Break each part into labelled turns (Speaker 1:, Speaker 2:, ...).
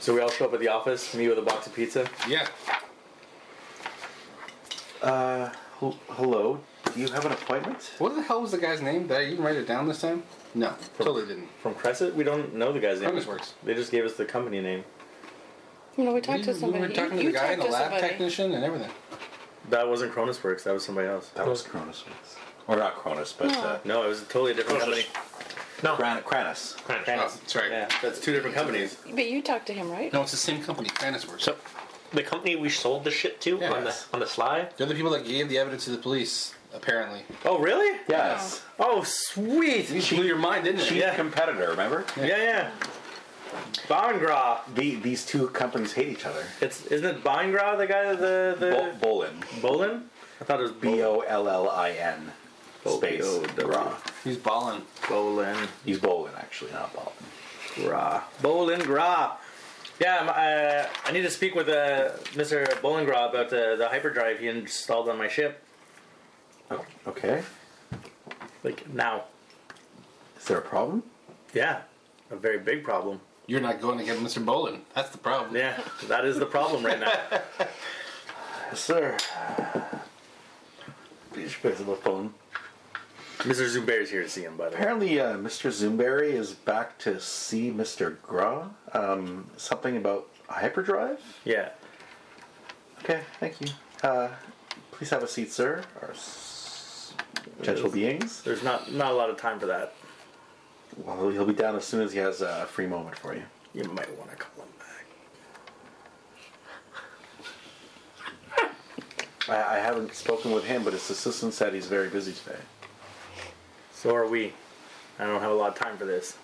Speaker 1: So we all show up at the office, me with a box of pizza.
Speaker 2: Yeah.
Speaker 3: Hel- Hello, do you have an appointment?
Speaker 2: What the hell was the guy's name? Did I even write it down this time? No, totally didn't.
Speaker 1: From Crescent, we don't know the guy's name.
Speaker 2: Premise works.
Speaker 1: They just gave us the company name.
Speaker 4: You know, we talked to somebody.
Speaker 2: We were talking
Speaker 4: you,
Speaker 2: to the guy
Speaker 4: you
Speaker 2: and
Speaker 4: talked
Speaker 2: the
Speaker 4: to
Speaker 2: lab
Speaker 4: somebody.
Speaker 2: technician and everything. Oh,
Speaker 1: That wasn't Cronusworks, that was somebody else.
Speaker 3: That was Cronus. Or not Cronus, but uh,
Speaker 1: No, it was a totally different company.
Speaker 3: Gran- Cranus.
Speaker 2: Oh, that's right.
Speaker 1: Yeah, that's two different companies.
Speaker 4: But you talked to him, right?
Speaker 2: No, it's the same company, Planisworks.
Speaker 5: So, the company we sold the shit to
Speaker 2: Yeah.
Speaker 5: on the on the sly.
Speaker 2: They're the people that gave the evidence to the police, apparently.
Speaker 1: Oh, really?
Speaker 3: Yes.
Speaker 1: Oh, sweet!
Speaker 2: You blew your mind, didn't it?
Speaker 3: Chief
Speaker 1: Yeah.
Speaker 3: competitor, remember?
Speaker 1: Yeah, yeah. Bongra.
Speaker 3: The, these two companies hate each other.
Speaker 1: It's isn't it Bongra the guy the
Speaker 3: Bo-
Speaker 1: the
Speaker 3: Bolin.
Speaker 1: Bolin? I thought it was
Speaker 3: B
Speaker 1: Bo-
Speaker 3: O L L I N. Space.
Speaker 1: B-O-W.
Speaker 3: Gra.
Speaker 2: He's balling.
Speaker 1: Bolin.
Speaker 3: He's Bolin, actually, not Bolin.
Speaker 1: Gra. Bolin Gra. Yeah, I'm, uh, I need to speak with uh, Mr. Bolingra about the, the hyperdrive he installed on my ship.
Speaker 3: Oh, okay.
Speaker 1: Like, now.
Speaker 3: Is there a problem?
Speaker 1: Yeah, a very big problem.
Speaker 2: You're not going to get Mr. Bolin. That's the problem.
Speaker 1: Yeah, that is the problem right now.
Speaker 3: Yes, sir. Please pick up the phone.
Speaker 1: Mr. Zumber's here to see him, by the way.
Speaker 3: Apparently, uh, Mr. Zoomberry is back to see Mr. Gra. Um, something about hyperdrive?
Speaker 1: Yeah.
Speaker 3: Okay, thank you. Uh, please have a seat, sir. Our s- gentle beings.
Speaker 1: There's not not a lot of time for that.
Speaker 3: Well, he'll be down as soon as he has a free moment for you.
Speaker 1: You might want to call him back.
Speaker 3: I, I haven't spoken with him, but his assistant said he's very busy today.
Speaker 1: So are we. I don't have a lot of time for this.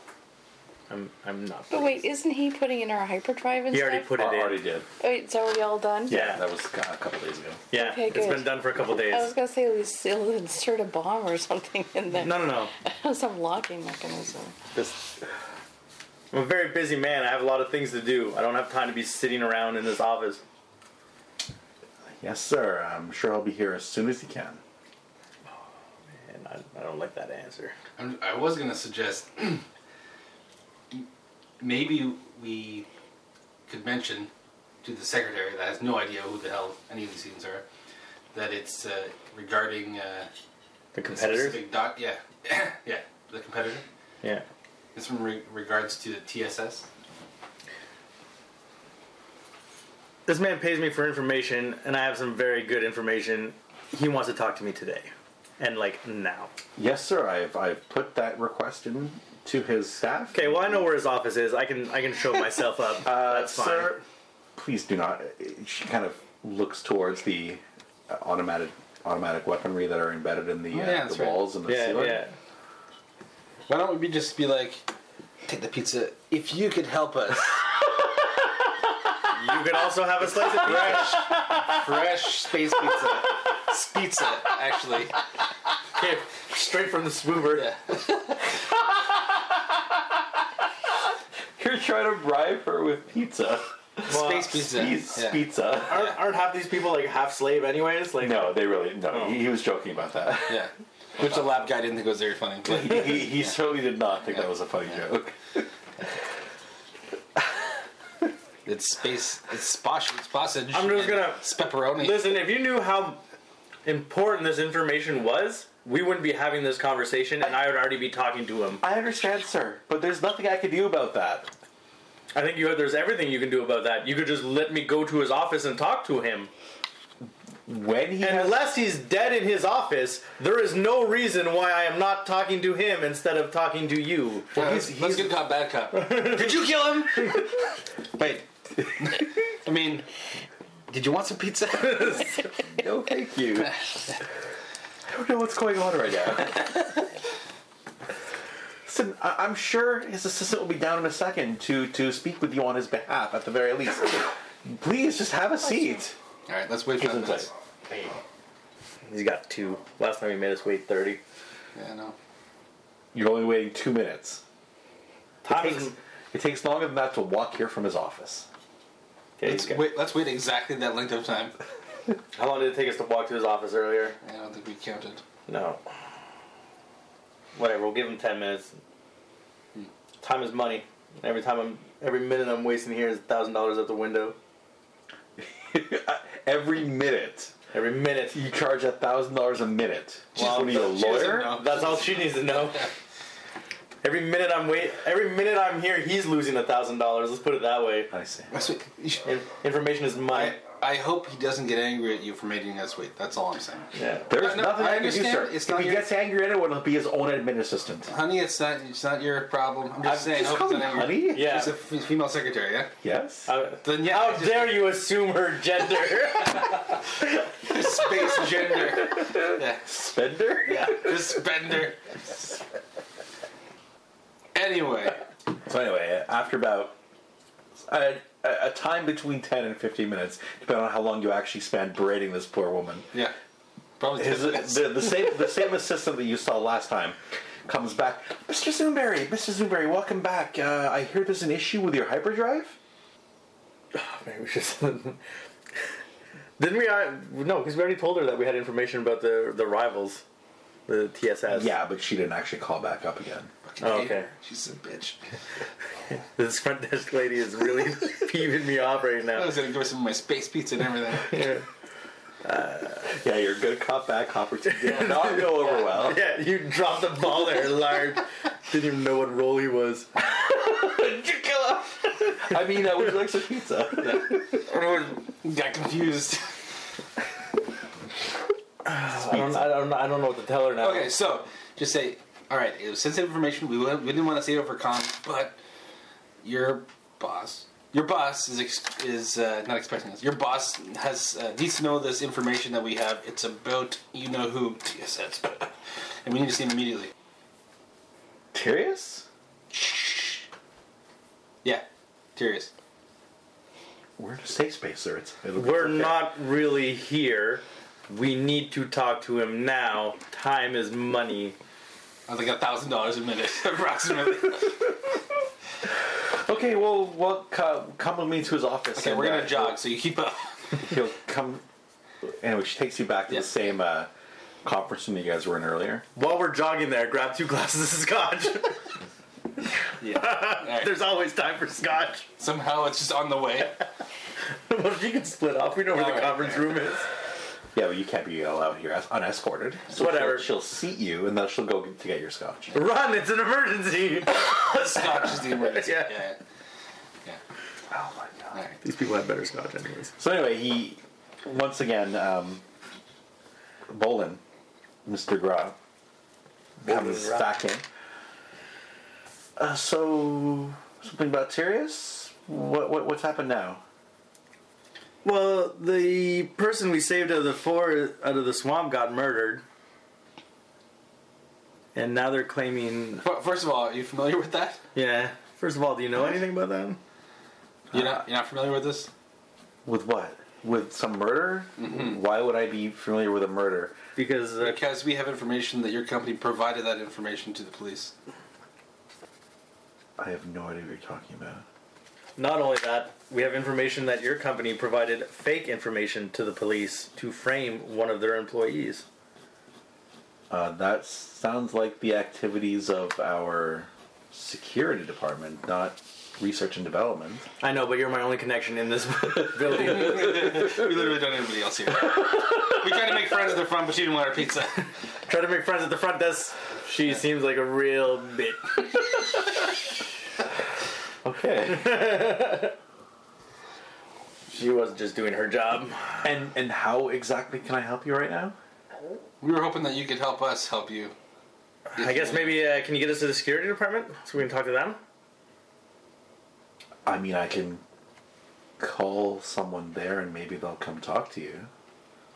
Speaker 1: I'm I'm not.
Speaker 4: But wait, isn't he putting in our hyperdrive and
Speaker 1: he
Speaker 4: stuff?
Speaker 1: already put it in.
Speaker 3: did.
Speaker 4: Oh, it's already all done.
Speaker 3: Yeah, that was a couple days ago.
Speaker 1: Yeah,
Speaker 4: Okay,
Speaker 1: it's
Speaker 4: good.
Speaker 1: been done for a couple
Speaker 4: I was
Speaker 1: days.
Speaker 4: gonna say at least he'll insert a bomb or something in there.
Speaker 1: No, no, no.
Speaker 4: Some locking mechanism.
Speaker 1: This, I'm a very busy man. I have a lot of things to do. I don't have time to be sitting around in this office.
Speaker 3: Yes, sir. I'm sure he'll be here as soon as he can.
Speaker 1: And I, I don't like that answer.
Speaker 2: I'm, I was going to suggest maybe we could mention to the secretary that has no idea who the hell any of these things are that it's uh, regarding uh,
Speaker 1: The
Speaker 2: a
Speaker 1: competitors.
Speaker 2: specific doc- yeah, yeah, the competitor.
Speaker 1: Yeah.
Speaker 2: It's in re- regards to the TSS.
Speaker 1: This man pays me for information, and I have some very good information. He wants to talk to me today, and like now.
Speaker 3: Yes, sir. I've I've put that request in to his staff.
Speaker 1: Okay, well I know where his office is. I can I can show myself up.
Speaker 3: Uh,
Speaker 1: That's fine.
Speaker 3: Sir, please do not. She kind of looks towards the uh, automatic automatic weaponry that are embedded in the,
Speaker 2: Oh, yeah,
Speaker 3: uh,
Speaker 2: that's
Speaker 3: the
Speaker 2: right.
Speaker 3: walls and the
Speaker 1: Yeah,
Speaker 3: ceiling.
Speaker 1: yeah.
Speaker 2: Why don't we just be like, take the pizza if you could help us?
Speaker 1: You could also have a slice of pizza.
Speaker 2: fresh, fresh space pizza. Spizza, actually.
Speaker 1: Okay, straight from the swooper.
Speaker 2: Yeah.
Speaker 3: You're trying to bribe her with pizza.
Speaker 1: Well,
Speaker 2: Space pizza.
Speaker 3: He's
Speaker 2: Yeah.
Speaker 3: pizza.
Speaker 1: Aren't, aren't half these people like half slave anyways? Like Oh.
Speaker 3: No, they really no. He, he was joking about that.
Speaker 2: Yeah. Which the lab guy didn't think was very funny. But
Speaker 3: he he, he certainly did not think that was a funny joke.
Speaker 2: it's space, it's sposh, it's sausage.
Speaker 1: I'm just
Speaker 2: and
Speaker 1: gonna-
Speaker 2: It's pepperoni.
Speaker 1: Listen, if you knew how important this information was, we wouldn't be having this conversation, and I would already be talking to him.
Speaker 3: I understand, sir, but there's nothing I can do about that.
Speaker 1: I think you there's everything you can do about that. You could just let me go to his office and talk to him.
Speaker 3: When he has
Speaker 1: Unless he's dead in his office, there is no reason why I am not talking to him instead of talking to you.
Speaker 2: Yeah, let's- let's good cop, bad cop. did you kill him? Wait. I mean, did you want some pizza?
Speaker 3: no, thank you. don't know what's going on right now. Listen, I- I'm sure his assistant will be down in a second to to speak with you on his behalf at the very least. Please just have a seat.
Speaker 2: All right, let's wait for
Speaker 3: Isn't
Speaker 2: that.
Speaker 1: He's got two. Last time he made us wait 30.
Speaker 2: Yeah, no.
Speaker 3: You're only waiting two minutes. It
Speaker 1: Tommy,
Speaker 3: takes, it takes longer than that to walk here from his office.
Speaker 1: okay,
Speaker 2: Let's
Speaker 1: okay.
Speaker 2: wait. Let's wait exactly that length of time.
Speaker 1: how long did it take us to walk to his office earlier?
Speaker 2: I don't think we counted.
Speaker 1: No. Whatever, we'll give him 10 minutes. Time is money. Every time I'm, every minute I'm wasting here is $1,000 out the window.
Speaker 3: Every minute,
Speaker 1: Every minute.
Speaker 3: you charge a thousand dollars a minute. Well, what are you, a
Speaker 2: she doesn't
Speaker 3: lawyer?
Speaker 2: know.
Speaker 1: That's all she needs to know. Every minute I'm wait, every minute I'm here, he's losing $1,000. Let's put it that way.
Speaker 3: I see.
Speaker 2: Let's wait. You should-
Speaker 1: In- information is mine.
Speaker 2: I, I hope he doesn't get angry at you for making us wait. That's all I'm saying.
Speaker 1: Yeah.
Speaker 3: There's
Speaker 2: No, no,
Speaker 3: nothing
Speaker 2: I
Speaker 3: I, can do,
Speaker 2: understand.
Speaker 3: sir.
Speaker 2: It's
Speaker 3: If
Speaker 2: not
Speaker 3: he
Speaker 2: your-
Speaker 3: gets angry at anyone, it'll be his own admin assistant.
Speaker 2: Honey, it's not. It's not your problem. I'm just saying. I
Speaker 3: Just
Speaker 2: hope
Speaker 3: call
Speaker 2: it's
Speaker 3: him
Speaker 2: not angry.
Speaker 3: honey.
Speaker 1: Yeah.
Speaker 2: She's a f- female secretary. Yeah.
Speaker 3: Yes.
Speaker 1: Uh,
Speaker 2: Then yeah,
Speaker 1: how
Speaker 2: I just-
Speaker 1: dare you assume her gender?
Speaker 2: Space gender. yeah.
Speaker 3: Spender.
Speaker 2: Yeah. Just bender. Anyway,
Speaker 3: So anyway, after about a, a a time between ten and fifteen minutes, depending on how long you actually spend berating this poor woman,
Speaker 2: yeah. Probably
Speaker 3: his, the, the same the same assistant that you saw last time comes back. Mr. Zoomberry, Mr. Zoomberry, welcome back. Uh, I hear there's an issue with your hyperdrive.
Speaker 1: Maybe we should. Didn't we? Uh, no, because we already told her that we had information about the the rivals, the TSS.
Speaker 3: Yeah, but she didn't actually call back up again.
Speaker 1: Oh, okay.
Speaker 2: She's a bitch.
Speaker 1: This front desk lady is really peeving me off right
Speaker 2: I
Speaker 1: now.
Speaker 2: was gonna give her some of my space pizza and everything.
Speaker 1: Yeah,
Speaker 3: Yeah, you're a good cop, bad cop routine. Did not go over well.
Speaker 1: yeah you dropped the ball there, large. Didn't even know what role he was.
Speaker 3: I mean, I would you like some pizza.
Speaker 2: Everyone got confused.
Speaker 1: I don't, I don't, I don't know what to tell her now.
Speaker 2: Okay, so just say, all right, it was sensitive information. We, wa- we didn't want to say it over con, but your boss, your boss is ex- is uh, not expecting us. Your boss has uh, needs to know this information that we have. It's about you know who TSS, and we need to see him immediately.
Speaker 3: Curious?
Speaker 2: Yeah, curious.
Speaker 3: We're in a safe space, sir. It's, it'll be
Speaker 1: We're
Speaker 3: okay.
Speaker 1: not really here. We need to talk to him now. Time is money.
Speaker 2: I was like a thousand dollars a minute, approximately.
Speaker 3: Okay, well, well come, come with me to his office.
Speaker 2: okay,
Speaker 3: and,
Speaker 2: we're
Speaker 3: uh,
Speaker 2: gonna jog, so you keep up.
Speaker 3: He'll come. Anyway, she takes you back to
Speaker 2: Yeah.
Speaker 3: the same uh, conference room you guys were in earlier.
Speaker 1: While we're jogging there, grab two glasses of scotch.
Speaker 2: All right.
Speaker 1: There's always time for scotch.
Speaker 2: Somehow it's just on the way.
Speaker 1: well, if you can split up, we know where the
Speaker 2: Alright.
Speaker 1: conference room is.
Speaker 3: Yeah, but you can't be allowed here as unescorted. So
Speaker 1: Whatever.
Speaker 3: She'll, she'll seat you, and then she'll go get- to get your scotch.
Speaker 1: Run! It's an emergency.
Speaker 2: Scotch is the emergency.
Speaker 1: Yeah.
Speaker 2: yeah. yeah.
Speaker 3: Oh my god.
Speaker 2: All right.
Speaker 1: These people have better scotch, anyways.
Speaker 3: So anyway, he once again, um, Bolin, Mr. Gra, comes
Speaker 1: Gra.
Speaker 3: back in. Uh, so something about Tyrius? What, what what's happened now?
Speaker 1: Well, the person we saved out of the four out of the swamp got murdered, and now they're claiming.
Speaker 2: Fir- First of all, are you familiar with that?
Speaker 1: Yeah. First of all, do you know anything about them?
Speaker 2: You're not, you're not familiar with this?
Speaker 3: With what? With some murder? Why would I be familiar with a murder?
Speaker 1: Because uh,
Speaker 2: Because we have information that your company provided that information to the police.
Speaker 3: I have no idea what you're talking about.
Speaker 1: Not only that, we have information that your company provided fake information to the police to frame one of their employees.
Speaker 3: Uh, that sounds like the activities of our security department, not research and development.
Speaker 1: I know, but you're my only connection in this building.
Speaker 2: we literally don't have anybody else here. we tried to make friends at the front, but she didn't want our pizza.
Speaker 1: Try to make friends at the front desk. She seems like a real bitch.
Speaker 3: Okay.
Speaker 1: She was just doing her job.
Speaker 3: and and how exactly can I help you right now?
Speaker 2: We were hoping that you could help us help you.
Speaker 1: I guess maybe uh, can you get us to the security department so we can talk to them?
Speaker 3: I mean, I can call someone there and maybe they'll come talk to you.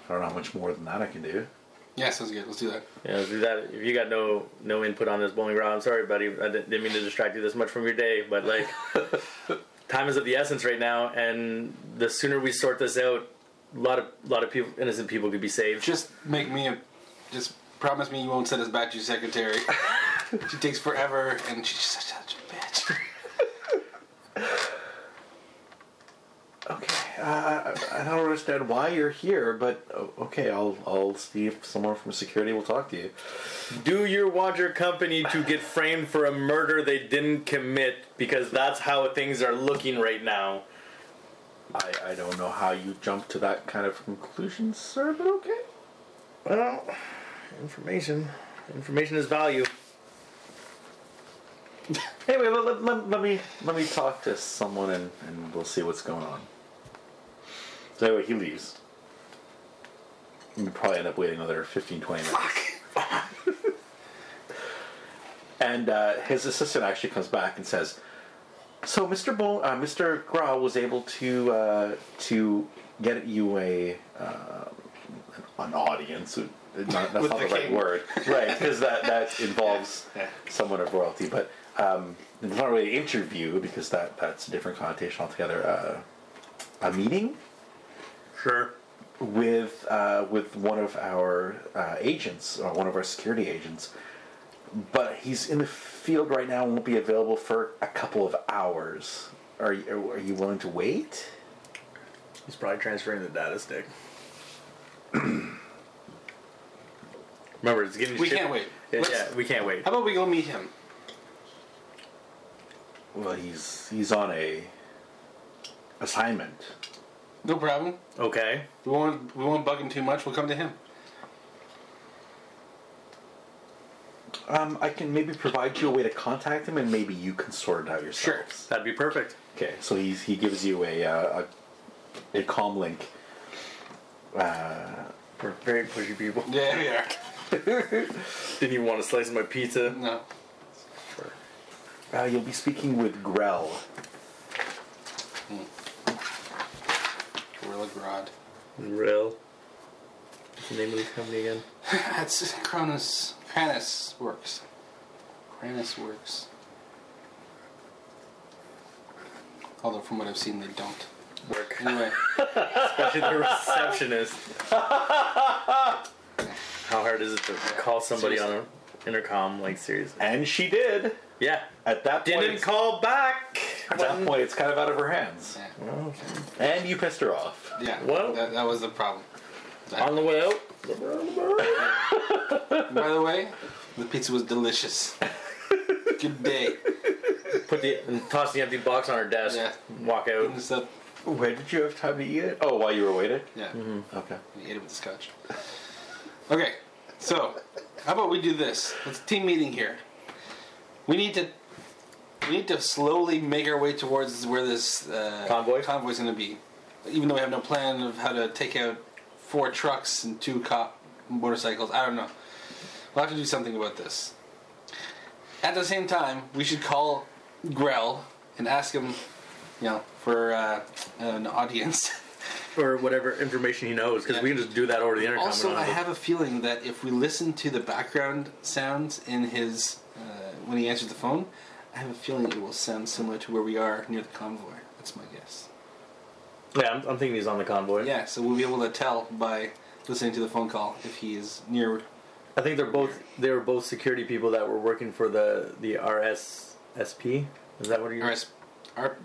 Speaker 3: I don't know how much more than that I can do.
Speaker 2: Yeah, sounds good. Let's do that.
Speaker 1: Yeah, if you got, if you got no no input on this bowling round, I'm sorry, buddy. I didn't, didn't mean to distract you this much from your day, but like, time is of the essence right now, and the sooner we sort this out, a lot of lot of people, innocent people, could be saved.
Speaker 2: Just make me a. Just promise me you won't send us back to your secretary. she takes forever, and she's such a bitch.
Speaker 3: Okay, uh, I I don't understand why you're here, but o- okay, I'll I'll see if someone from security will talk to you.
Speaker 1: Do your watcher company to get framed for a murder they didn't commit, because that's how things are looking right now.
Speaker 3: I, I don't know how you jump to that kind of conclusion, sir, but okay.
Speaker 1: Well, information, information is value.
Speaker 3: Anyway, let, let, let, let me let me talk to someone and, and we'll see what's going on. So anyway, he leaves. We probably end up waiting another 15, 20 minutes. and uh, his assistant actually comes back and says, "So Mr. Bo- uh, Mr. Grau was able to uh, to get you a uh, an audience. Not,
Speaker 2: With
Speaker 3: that's not
Speaker 2: the
Speaker 3: the, right
Speaker 2: king.
Speaker 3: word, right? Because that that involves
Speaker 2: Yeah.
Speaker 3: someone of royalty, but." Um, it's not really an interview because that, that's a different connotation altogether. Uh, a meeting
Speaker 1: Sure.
Speaker 3: with uh, with one of our uh, agents, or one of our security agents. But he's in the field right now and won't be available for a couple of hours. Are you, are you willing to wait?
Speaker 1: He's probably transferring the data stick. Remember, it's getting.
Speaker 2: We
Speaker 1: shit-
Speaker 2: can't wait.
Speaker 1: Yeah,
Speaker 2: Let's-
Speaker 1: yeah, we can't wait.
Speaker 2: How about we go meet him?
Speaker 3: Well, he's he's on a assignment.
Speaker 2: No problem.
Speaker 1: Okay.
Speaker 2: We won't. We won't bug him too much. We'll come to him.
Speaker 3: Um, I can maybe provide you a way to contact him, and maybe you can sort it out yourselves.
Speaker 1: That'd be perfect.
Speaker 3: Okay, so he's, he gives you a uh, a, a com link. Uh,
Speaker 1: We're very pushy people.
Speaker 2: Yeah, we are.
Speaker 1: Didn't even want to slice my pizza.
Speaker 2: No.
Speaker 3: Uh, you'll be speaking with Grell.
Speaker 2: Gorilla Grodd.
Speaker 1: Real. What's the name of this company again?
Speaker 2: That's Cronus. Cranus works. Cranus works. Although, from what I've seen, they don't.
Speaker 1: Work.
Speaker 2: Anyway,
Speaker 1: Especially the receptionist. How hard is it to call somebody on an intercom? Like seriously?
Speaker 3: And she did.
Speaker 1: Yeah.
Speaker 3: At that point,
Speaker 1: Didn't call back.
Speaker 3: At that point, it's kind of out of her hands.
Speaker 2: yeah,
Speaker 3: And you pissed her off.
Speaker 2: yeah
Speaker 1: Well-
Speaker 2: that, that was the problem.
Speaker 1: On the way out.
Speaker 2: By the way, the pizza was delicious. Good day.
Speaker 1: Put the and toss the empty box on her desk.
Speaker 2: Yeah.
Speaker 1: Walk out.
Speaker 2: This up.
Speaker 3: Where did you have time to eat it? Oh, while you were waiting?
Speaker 2: Yeah,
Speaker 3: Okay.
Speaker 2: we ate it with the scotch. Okay, so how about we do this? Let's team meeting here. We need to. We need to slowly make our way towards where this uh,
Speaker 1: Convoy?
Speaker 2: convoy's going to be, even though we have no plan of how to take out four trucks and two cop motorcycles. I don't know. We'll have to do something about this. At the same time, we should call Grell and ask him, you know, for uh, an audience.
Speaker 1: Or whatever information he knows, because we can just do that over the intercom.
Speaker 2: Also,
Speaker 1: and
Speaker 2: I
Speaker 1: on the-
Speaker 2: have a feeling that if we listen to the background sounds in his uh, when he answers the phone, I have a feeling it will sound similar to where we are near the convoy. That's my guess.
Speaker 1: Yeah, I'm, I'm thinking he's on the convoy.
Speaker 2: Yeah, so we'll be able to tell by listening to the phone call if he is near.
Speaker 1: I think they're both they were both security people that were working for the the RSSP. Is that what you're
Speaker 2: RS, R,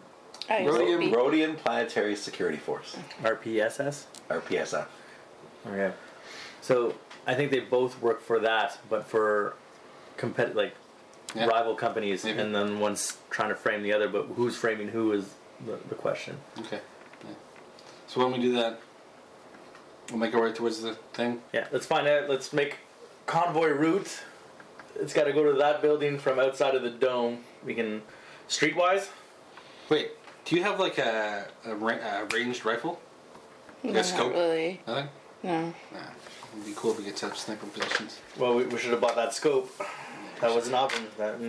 Speaker 4: I used to
Speaker 2: Rhodium
Speaker 4: be-
Speaker 3: Rhodian Planetary Security Force,
Speaker 1: RPSS?
Speaker 3: or PSF.
Speaker 1: Okay. So I think they both work for that, but for compet like
Speaker 2: Yeah.
Speaker 1: rival companies,
Speaker 2: Maybe.
Speaker 1: and then one's trying to frame the other. But who's framing who is the, the question?
Speaker 2: Okay. Yeah. So when we do that, we'll make our way towards the thing.
Speaker 1: Yeah, let's find out. Let's make convoy route. It's got to go to that building from outside of the dome. We can streetwise.
Speaker 2: Wait, do you have like a, a, ra- a ranged rifle?
Speaker 4: No,
Speaker 2: Let's go.
Speaker 4: not really.
Speaker 2: Nothing.
Speaker 4: No.
Speaker 2: Nah. It'd be cool if we could set up sniper positions.
Speaker 1: Well, we, we should have bought that scope. That was an option. That,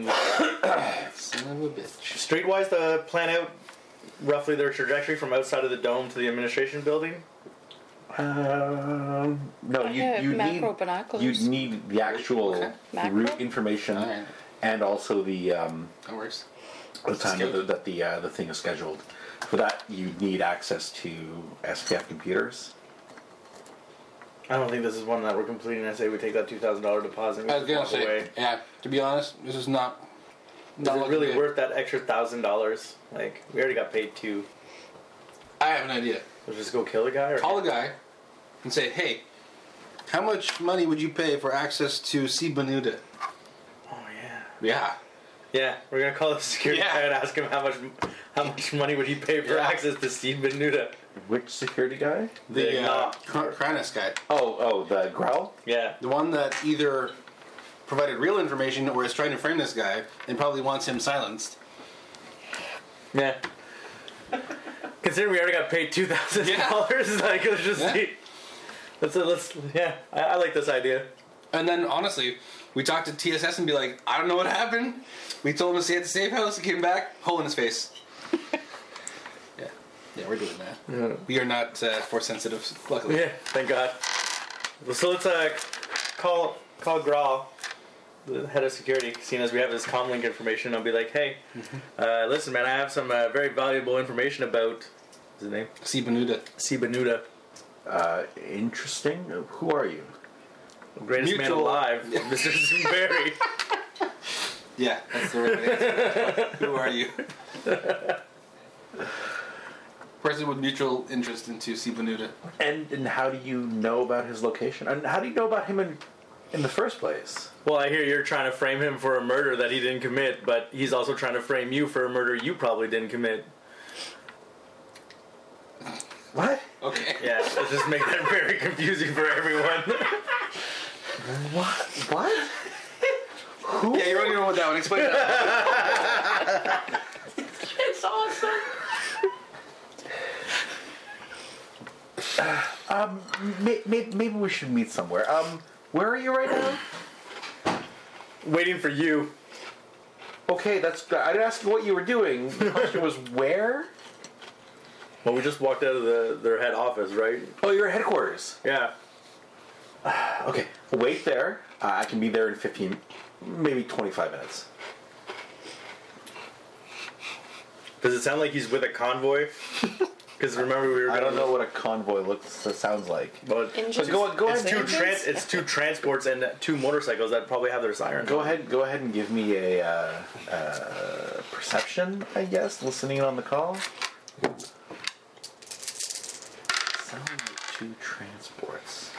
Speaker 2: Son of a bitch.
Speaker 1: Streetwise to plan out roughly their trajectory from outside of the dome to the administration building.
Speaker 3: Um, no,
Speaker 4: I
Speaker 3: you
Speaker 4: have
Speaker 3: you need
Speaker 4: macro binoculars.
Speaker 3: you need the actual
Speaker 2: Okay.
Speaker 4: Macro?
Speaker 3: route information
Speaker 2: Alright.
Speaker 3: and also the um,
Speaker 2: That works.
Speaker 3: the time that the,
Speaker 2: Schedule.
Speaker 3: that the uh, the thing is scheduled. For that, you need access to SPF computers.
Speaker 1: I don't think this is one that we're completing. I say we take that two thousand dollar deposit. And
Speaker 2: I was
Speaker 1: we
Speaker 2: gonna
Speaker 1: walk
Speaker 2: say,
Speaker 1: away.
Speaker 2: yeah. To be honest, this is not.
Speaker 1: Is
Speaker 2: not
Speaker 1: it
Speaker 2: looking
Speaker 1: really
Speaker 2: good.
Speaker 1: worth that extra thousand dollars? Like we already got paid two.
Speaker 2: I have an idea.
Speaker 1: Let's just go kill a guy. Or
Speaker 2: Call a guy and say, "Hey, how much money would you pay for access to see Benuda?"
Speaker 1: oh yeah.
Speaker 2: Yeah.
Speaker 1: Yeah, we're gonna call the security
Speaker 2: Yeah.
Speaker 1: guy and ask him how much how much money would he pay for
Speaker 2: Yeah.
Speaker 1: access to Steve Benuda.
Speaker 3: Which security guy?
Speaker 2: The,
Speaker 1: Big
Speaker 2: uh,
Speaker 1: knock.
Speaker 2: Kr- Kranus guy,
Speaker 3: Oh, oh, the growl.
Speaker 1: Yeah.
Speaker 2: the one that either provided real information or is trying to frame this guy and probably wants him silenced.
Speaker 1: Yeah. Considering we already got paid two thousand dollars, like let's just
Speaker 2: Yeah.
Speaker 1: see. Let's let's yeah. I, I like this idea.
Speaker 2: And then honestly, we talked to TSS and be like, "I don't know what happened." We told him to stay at the safe house. He came back, hole in his face. yeah, yeah, we're doing that. We are not uh, force sensitive, luckily.
Speaker 1: Yeah, thank God. Well, So let's uh, call call Grawl, the head of security, seeing as we have this comlink information. I'll be like, hey, uh, listen, man, I have some uh, very valuable information about what's his name,
Speaker 2: See Benuda.
Speaker 1: Sibanuda,
Speaker 3: Uh, interesting. Who are you?
Speaker 1: greatest man
Speaker 2: Mutual-
Speaker 1: alive, Mr. Zumberry.
Speaker 2: Yeah, that's the right answer. Who are you? Person with mutual interest into C. Benuda.
Speaker 3: And and how do you know about his location? And how do you know about him in in the first place?
Speaker 1: well, I hear you're trying to frame him for a murder that he didn't commit, but he's also trying to frame you for a murder you probably didn't commit.
Speaker 3: What?
Speaker 2: Okay.
Speaker 1: Yeah, let's just make that very confusing for everyone.
Speaker 3: What?
Speaker 2: Yeah, you're only one with that one. Explain that.
Speaker 4: It's awesome.
Speaker 3: May- may- Maybe we should meet somewhere. Um, where are you right now?
Speaker 1: Waiting for you.
Speaker 3: Okay, that's. I didn't ask you what you were doing. The question was where.
Speaker 1: Well, we just walked out of the, their head office, right?
Speaker 3: Oh, you're at headquarters.
Speaker 1: Yeah.
Speaker 3: Okay, wait there. Uh, I can be there in fifteen, maybe twenty-five minutes.
Speaker 1: Does it sound like he's with a convoy? Because remember we were.
Speaker 3: I
Speaker 1: gonna-
Speaker 3: don't know what a convoy looks that sounds like.
Speaker 1: Well,
Speaker 4: Engines.
Speaker 3: But go, go
Speaker 1: it's
Speaker 3: ahead.
Speaker 1: two
Speaker 4: engines?
Speaker 1: trans. It's two transports and uh, two motorcycles that probably have their sirens.
Speaker 3: Go ahead. Go ahead and give me a uh, uh, perception. I guess listening in on the call. Sound like two transports.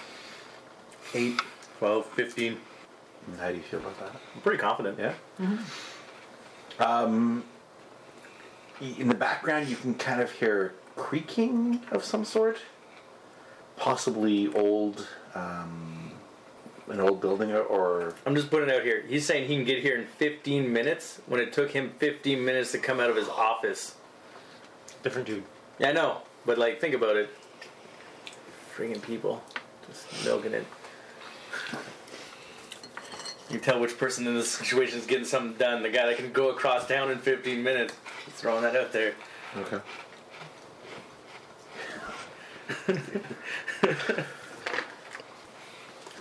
Speaker 3: Eight.
Speaker 1: 12, 15.
Speaker 3: How do you feel about that?
Speaker 1: I'm pretty confident.
Speaker 3: Yeah. Mm-hmm. Um, in the background, you can kind of hear creaking of some sort, possibly old, um, an old building or, or
Speaker 1: I'm just putting it out here. He's saying he can get here in 15 minutes when it took him 15 minutes to come out of his office.
Speaker 5: Different dude.
Speaker 1: Yeah, I know, but like, think about it. Freaking people, just milking it. You can tell which person in this situation is getting something done. The guy that can go across town in 15 minutes. Just throwing that out there.
Speaker 3: okay.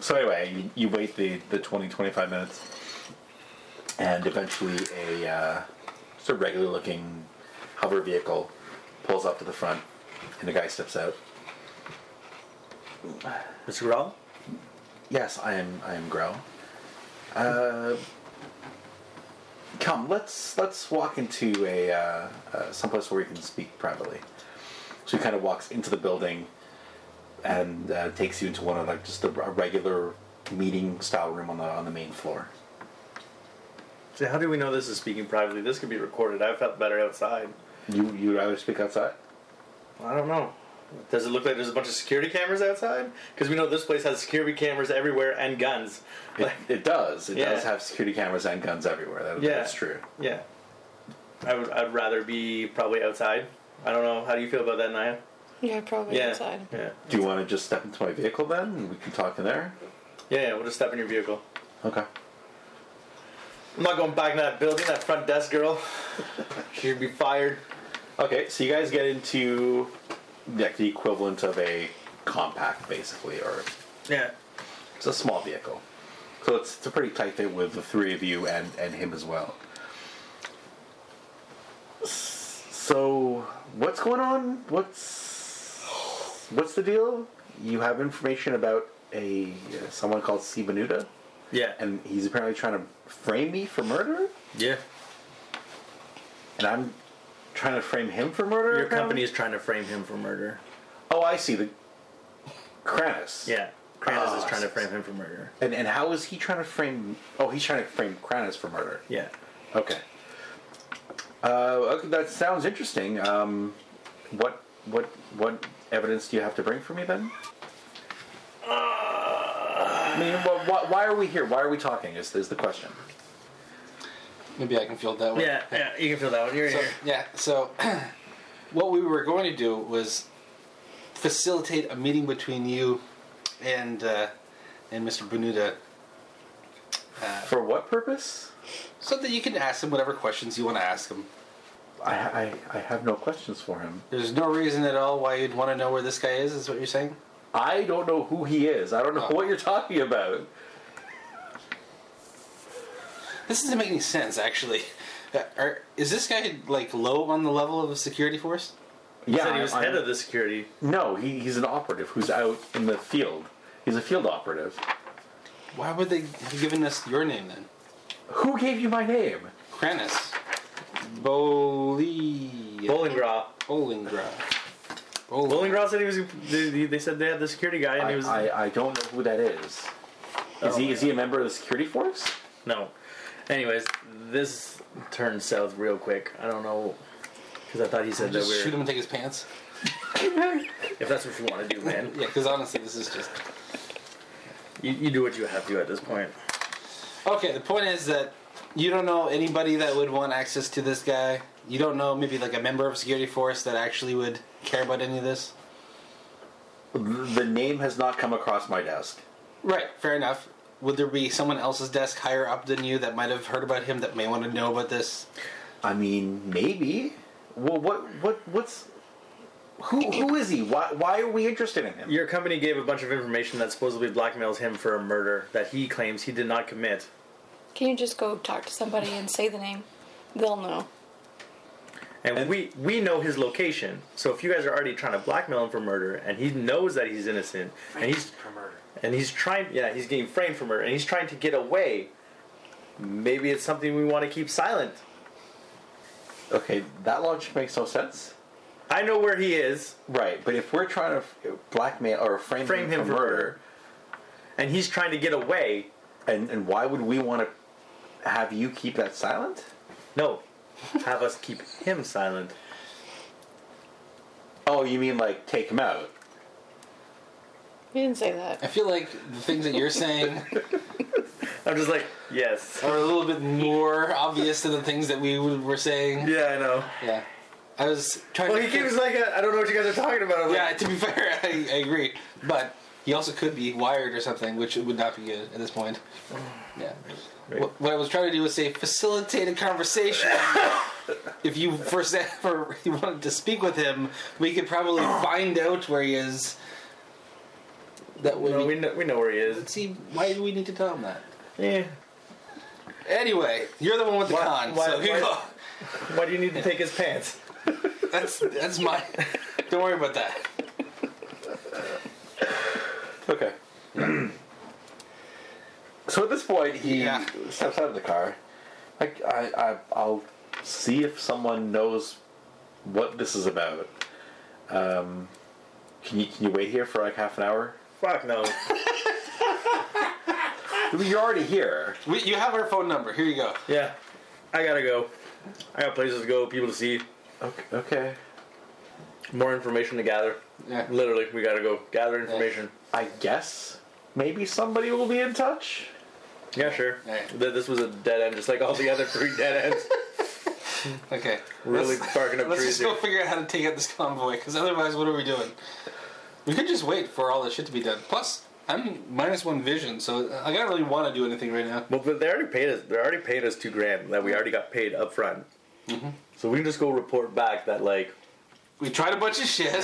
Speaker 3: so anyway, you, you wait the the 20, 25 minutes, and eventually a uh, just a regular looking hover vehicle pulls up to the front, and the guy steps out.
Speaker 1: Mr. Growl?
Speaker 3: Yes, I am. I am Grow. Uh, come, let's let's walk into a uh, uh, someplace where we can speak privately. So he kind of walks into the building and uh, takes you into one of like just a, a regular meeting style room on the on the main floor.
Speaker 1: So how do we know this is speaking privately? This could be recorded. I felt better outside.
Speaker 3: You you rather speak outside?
Speaker 1: I don't know. Does it look like there's a bunch of security cameras outside? Because we know this place has security cameras everywhere and guns.
Speaker 3: It, it does. It
Speaker 1: Yeah.
Speaker 3: does have security cameras and guns everywhere. That,
Speaker 1: Yeah.
Speaker 3: That's true.
Speaker 1: Yeah. I would I'd rather be probably outside. I don't know. How do you feel about that, Naya?
Speaker 4: Yeah, probably
Speaker 1: Yeah.
Speaker 4: outside.
Speaker 1: Yeah.
Speaker 3: Do you want to just step into my vehicle then, and we can talk in there?
Speaker 1: Yeah, yeah, we'll just step in your vehicle.
Speaker 3: Okay.
Speaker 1: I'm not going back in that building, that front desk girl. she would be fired.
Speaker 3: Okay, so you guys get into like the equivalent of a compact, basically, or
Speaker 1: Yeah.
Speaker 3: it's a small vehicle. So it's, it's a pretty tight fit with the three of you and, and him as well. S- So what's going on? What's what's the deal? You have information about a uh, someone called C. Benuta,
Speaker 1: Yeah.
Speaker 3: and he's apparently trying to frame me for murder,
Speaker 1: yeah.
Speaker 3: and I'm trying to frame him for murder.
Speaker 1: Your
Speaker 3: apparently?
Speaker 1: company is trying to frame him for murder.
Speaker 3: Oh, I see. The Kranis.
Speaker 1: Yeah. Kratos
Speaker 3: Oh,
Speaker 1: is
Speaker 3: I
Speaker 1: trying to
Speaker 3: see.
Speaker 1: frame him for murder.
Speaker 3: And and how is he trying to frame? Oh, he's trying to frame Kranis for murder.
Speaker 1: Yeah.
Speaker 3: Okay. Uh, okay, that sounds interesting. Um, what what what evidence do you have to bring for me then? I mean, wh- wh- why are we here? Why are we talking? Is is the question?
Speaker 2: Maybe I can feel that way.
Speaker 1: Yeah. Yeah. You can feel that one. You're
Speaker 2: So,
Speaker 1: here.
Speaker 2: yeah. So, what we were going to do was facilitate a meeting between you and uh, and Mr. Benuda,
Speaker 3: For what purpose?
Speaker 2: so that you can ask him whatever questions you want to ask him.
Speaker 3: I I, I have no questions for him.
Speaker 2: There's no reason at all why you'd want to know where this guy is. Is what you're saying?
Speaker 3: I don't know who he is. I don't know
Speaker 2: Oh.
Speaker 3: what you're talking about.
Speaker 2: This doesn't make any sense, actually. Uh, Are, is this guy like low on the level of a security force?
Speaker 3: Yeah,
Speaker 1: Said he was
Speaker 3: I-
Speaker 1: head
Speaker 3: I-
Speaker 1: of the security.
Speaker 3: No, he, he's an operative who's out in the field. He's a field operative.
Speaker 2: Why would they have given us your name then?
Speaker 3: Who gave you my name?
Speaker 2: Kranis. Boli.
Speaker 1: Bolingraw.
Speaker 2: Bolingra. Bol-
Speaker 1: Bolingraw said he was. They, they said they had the security guy, and
Speaker 3: I,
Speaker 1: he was Oh
Speaker 3: I, I don't know who that is. Is he is he a member of the security force?
Speaker 1: no. Anyways, this turned south real quick. I don't know because I thought he said that
Speaker 2: Just shoot
Speaker 1: we're.
Speaker 2: him and take his pants.
Speaker 1: If that's what you want to do, man,
Speaker 2: Yeah, because honestly, this is just.
Speaker 1: you, you do what you have to at this point.
Speaker 2: Okay, the point is that you don't know anybody that would want access to this guy. You don't know maybe like a member of security force that actually would care about any of this.
Speaker 3: The name has not come across my desk.
Speaker 2: Right, fair enough. Would there be someone else's desk higher up than you that might have heard about him that may want to know about this?
Speaker 3: I mean, maybe. Well, what what what's who who is he? Why why are we interested in him?
Speaker 1: Your company gave a bunch of information that supposedly blackmails him for a murder that he claims he did not commit.
Speaker 4: Can you just go talk to somebody and say the name? They'll know.
Speaker 1: And, we we know his location. So if you guys are already trying to blackmail him for murder, and he knows that he's innocent, and he's
Speaker 5: for murder.
Speaker 1: and he's trying, yeah, he's getting framed for murder, and he's trying to get away. Maybe it's something we want to keep silent.
Speaker 3: Okay, that logic makes no sense.
Speaker 1: I know where he is,
Speaker 3: Right, but if we're trying to blackmail or frame,
Speaker 1: Frame him for murder. and he's trying to get away.
Speaker 3: and and why would we want to have you keep that silent?
Speaker 1: No, have us keep him silent.
Speaker 3: Oh, you mean like take him out?
Speaker 4: We didn't say
Speaker 2: I
Speaker 4: that.
Speaker 2: feel like the things that you're saying
Speaker 1: I'm just like, yes.
Speaker 2: are a little bit more obvious than the things that we w- were saying.
Speaker 1: Yeah, I know.
Speaker 2: Yeah. I was trying
Speaker 1: Well,
Speaker 2: to.
Speaker 1: he keeps like, I I don't know what you guys are talking about. I'm like,
Speaker 2: yeah, to be fair, I, I agree. But he also could be wired or something, which would not be good at this point. Yeah. What, what I was trying to do was say facilitate a conversation. if you first ever you wanted to speak with him, we could probably find out where he is. That would
Speaker 1: no, we
Speaker 2: be.
Speaker 1: know, we know where he is.
Speaker 2: See, why do we need to tell him that?
Speaker 1: Yeah.
Speaker 2: Anyway, you're the one with the
Speaker 1: Why-
Speaker 2: con.
Speaker 1: why-
Speaker 2: so here you
Speaker 1: why- Why do you need to take his pants?
Speaker 2: go. That's that's my. Don't worry about that.
Speaker 3: Okay. so at this point, he
Speaker 2: Yeah.
Speaker 3: steps out of the car. I, I, I, I'll see if someone knows what this is about. Um, can you can you wait here for like half an hour?
Speaker 1: Fuck no.
Speaker 3: I mean, You're already here.
Speaker 2: We, you have our phone number. Here you go.
Speaker 1: Yeah, I gotta go. I got places to go, people to see,
Speaker 3: Okay. okay.
Speaker 1: more information to gather.
Speaker 2: Yeah.
Speaker 1: Literally, we gotta go gather information.
Speaker 3: I guess maybe somebody will be in touch.
Speaker 1: Yeah, sure.
Speaker 2: Yeah.
Speaker 1: Th- This was a dead end, just like all the other three dead ends.
Speaker 2: Okay.
Speaker 1: Really
Speaker 2: Let's-
Speaker 1: barking up
Speaker 2: Let's
Speaker 1: trees.
Speaker 2: just
Speaker 1: here.
Speaker 2: go figure out how to take out this convoy, because otherwise, what are we doing? We could just wait for all this shit to be done. Plus, I'm minus one vision, so I don't really want to do anything right now.
Speaker 1: Well, but they already paid us. They already paid us two grand that we already got paid up front.
Speaker 2: Mm-hmm.
Speaker 1: So we can just go report back that like
Speaker 2: We tried a bunch of shit.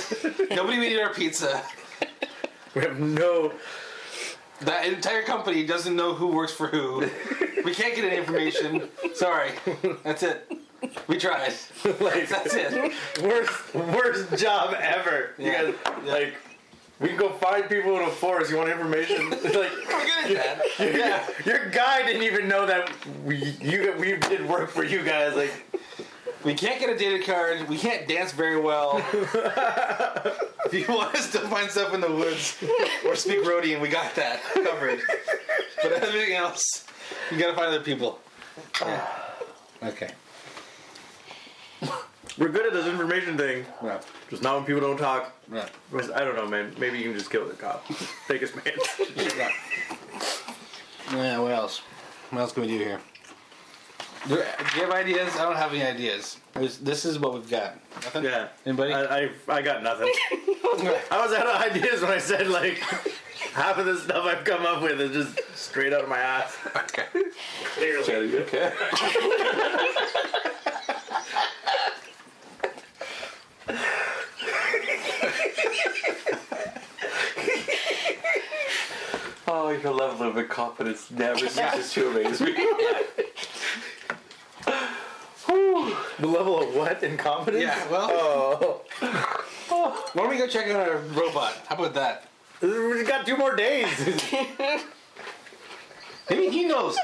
Speaker 2: Nobody made our pizza.
Speaker 1: We have no.
Speaker 2: That entire company doesn't know who works for who. we can't get any information. Sorry. That's it. We tried.
Speaker 1: Like,
Speaker 2: That's it.
Speaker 1: worst worst job ever.
Speaker 2: Yeah.
Speaker 1: You guys like we can go find people in a forest. You want information? like
Speaker 2: We're good at that. Yeah.
Speaker 1: your guy didn't even know that we you we did work for you guys. Like
Speaker 2: We can't get a data card. We can't dance very well. if you want us to find stuff in the woods or speak Rhodian, we got that covered. but everything else, you gotta find other people. Yeah. Okay.
Speaker 1: we're good at this information thing.
Speaker 2: Yeah.
Speaker 1: Just not when people don't talk.
Speaker 2: Yeah.
Speaker 1: I don't know, man. Maybe you can just kill the cop. Take his man.
Speaker 2: Yeah. Yeah, what else? What else can we do here? Do, do you have ideas? I don't have any ideas. There's, this is what we've got. Nothing?
Speaker 1: Yeah.
Speaker 2: Anybody?
Speaker 1: I, I, I got nothing. I was out of ideas when I said like half of the stuff I've come up with is just straight out of my ass.
Speaker 2: okay.
Speaker 1: Clearly.
Speaker 3: Okay. oh, your level of incompetence never ceases to amaze me.
Speaker 1: The level of what? Incompetence?
Speaker 2: Yeah, well. Why don't we go check out our robot? How about that?
Speaker 1: We got two more days.
Speaker 2: Maybe he knows.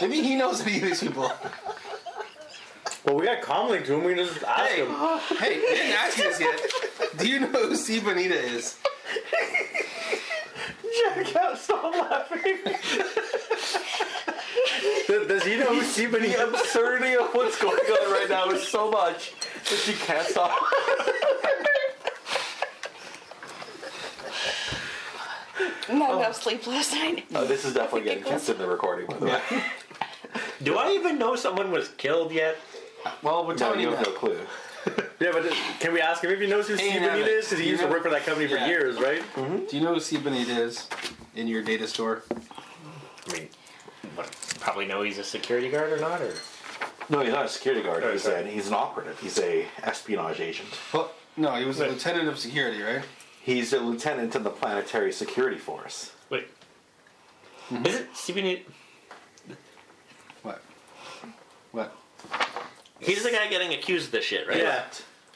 Speaker 2: Maybe he knows any of these people.
Speaker 1: well, we got Comlink to him. We can just ask
Speaker 2: Hey.
Speaker 1: him.
Speaker 2: Hey, we didn't ask you this yet. Do you know who Steve Bonita is?
Speaker 1: Jack, out, stop laughing. does, does he know who Steve
Speaker 3: The
Speaker 1: Bonita?
Speaker 3: absurdity of what's going on right now is so much that she can't stop.
Speaker 4: Not enough sleep last night.
Speaker 3: Oh, this is definitely getting kept in the recording, by the way.
Speaker 5: Do I even know someone was killed yet?
Speaker 2: Well, we're
Speaker 3: No,
Speaker 2: telling
Speaker 3: you
Speaker 2: you
Speaker 3: have no
Speaker 2: now.
Speaker 3: clue.
Speaker 1: Yeah, but uh, can we ask him if he knows who
Speaker 2: Hey,
Speaker 1: Steve
Speaker 2: you have
Speaker 1: Bonita
Speaker 2: it.
Speaker 1: is? Because he
Speaker 2: You
Speaker 1: used to
Speaker 2: have
Speaker 1: work for that company for
Speaker 2: Yeah.
Speaker 1: years, right?
Speaker 2: Do you know who Steve Bonita is in your data store?
Speaker 5: I mean, what, probably know he's a security guard or not, or
Speaker 3: No, he's not a security guard.
Speaker 5: Oh,
Speaker 3: he's,
Speaker 5: sorry.
Speaker 3: an, he's an operative. He's a espionage agent.
Speaker 2: Well, no, he was a
Speaker 5: Wait.
Speaker 2: lieutenant of security, right?
Speaker 3: He's a lieutenant in the Planetary Security Force.
Speaker 5: wait. Is it Stephen?
Speaker 2: What? What?
Speaker 5: He's the guy getting accused of this shit, right?
Speaker 1: Yeah.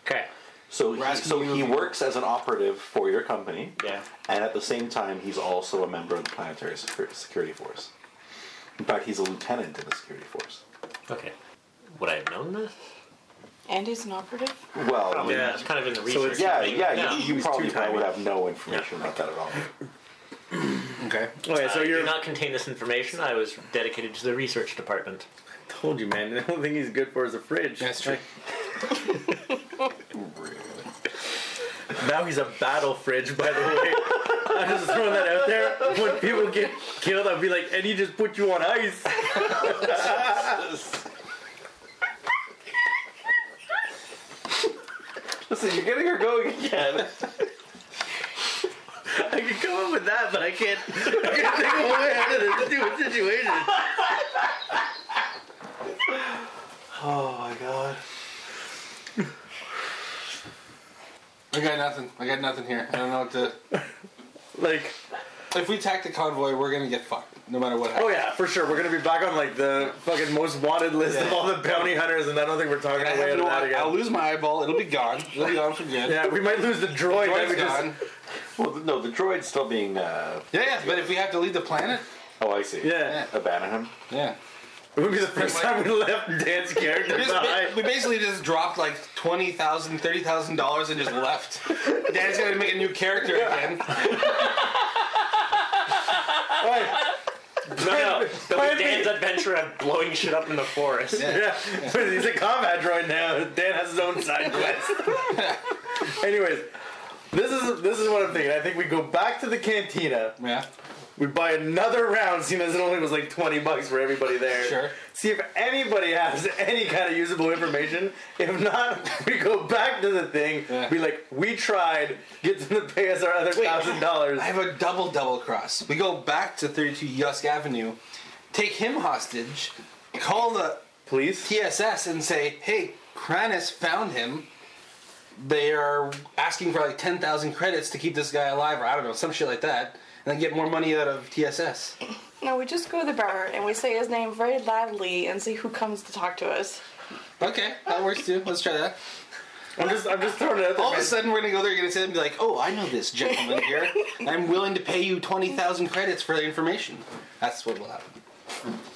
Speaker 5: Okay.
Speaker 3: So he,
Speaker 2: asking
Speaker 3: so
Speaker 2: you
Speaker 3: he
Speaker 2: if-
Speaker 3: works as an operative for your company,
Speaker 5: Yeah.
Speaker 3: and at the same time, he's also a member of the Planetary Secur- Security Force. In fact, he's a lieutenant in the Security Force.
Speaker 5: Okay. Would I have known this?
Speaker 4: And he's an operative.
Speaker 3: Well,
Speaker 5: Probably
Speaker 3: yeah,
Speaker 1: Yeah.
Speaker 5: not. It's kind of in the research.
Speaker 1: So it's-
Speaker 3: yeah,
Speaker 5: Yeah.
Speaker 3: you, you
Speaker 1: He's
Speaker 3: probably
Speaker 1: too tiny.
Speaker 3: would have no information about that at all.
Speaker 2: Okay.
Speaker 1: Okay, so
Speaker 5: I
Speaker 1: you're
Speaker 5: do not contain this information. I was dedicated to the research department.
Speaker 1: told you, man. The only thing he's good for is a fridge.
Speaker 2: That's true.
Speaker 1: Now he's a battle fridge, by the way. I'm just throwing that out there. When people get killed, I'll be like, and he just put you on ice.
Speaker 3: Listen, you're getting her going again.
Speaker 1: I can come up with that, but I can't, I can't think of a way out of this stupid situation.
Speaker 3: Oh my god.
Speaker 2: I got nothing. I got nothing here. I don't know what to.
Speaker 1: Like,
Speaker 2: If we attack the convoy, we're gonna get fucked, no matter what happens.
Speaker 1: oh yeah, for sure. We're gonna be back on like the fucking most wanted list of all the bounty hunters, and I don't think we're talking
Speaker 2: And I
Speaker 1: our way out
Speaker 2: have
Speaker 1: of
Speaker 2: no,
Speaker 1: that
Speaker 2: I'll
Speaker 1: again.
Speaker 2: lose my eyeball. It'll be gone. It'll be gone for good.
Speaker 1: Yeah, we might lose the droid. that
Speaker 2: Droid's
Speaker 1: we just-
Speaker 2: gone.
Speaker 3: Well, no, the droid's still being. Uh,
Speaker 2: Yeah, yeah, but if we have to leave the planet,
Speaker 3: oh, I see.
Speaker 1: yeah,
Speaker 3: Abandon him.
Speaker 2: yeah.
Speaker 1: it would be the first time we left Dan's character
Speaker 2: We, just,
Speaker 1: behind.
Speaker 2: we basically just dropped like twenty thousand, thirty thousand dollars and just left. Dan's gonna make a new character again.
Speaker 5: No, no. That'll
Speaker 1: Plan
Speaker 5: be
Speaker 1: B.
Speaker 5: Dan's adventure of blowing shit up in the forest.
Speaker 1: Yeah, but he's a combat droid now. Dan has his own side quest. Anyways, this is this is what I'm thinking. I think we go back to the cantina.
Speaker 2: Yeah,
Speaker 1: We buy another round, seeing as it only was like 20 bucks for everybody there.
Speaker 2: Sure.
Speaker 1: See if anybody has any kind of usable information. If not, we go back to the thing.
Speaker 2: Yeah.
Speaker 1: Be like, we tried. Get them to pay us our other thousand dollars.
Speaker 2: I have a double double cross. We go back to thirty-two Yusk Avenue, take him hostage, call the
Speaker 1: Please.
Speaker 2: TSS and say, "Hey, Kranus found him. they are asking for like 10,000 credits to keep this guy alive, or I don't know, some shit like that, and then get more money out of TSS.
Speaker 4: No, we just go to the bar and we say his name very loudly and see who comes to talk to us.
Speaker 2: Okay, that works too. Let's try that.
Speaker 1: I'm just I'm just throwing it out there.
Speaker 2: All of
Speaker 1: man.
Speaker 2: a sudden, we're gonna go there and gonna sit and be like, "Oh, I know this gentleman here. and I'm willing to pay you twenty thousand credits for the information." That's what will happen.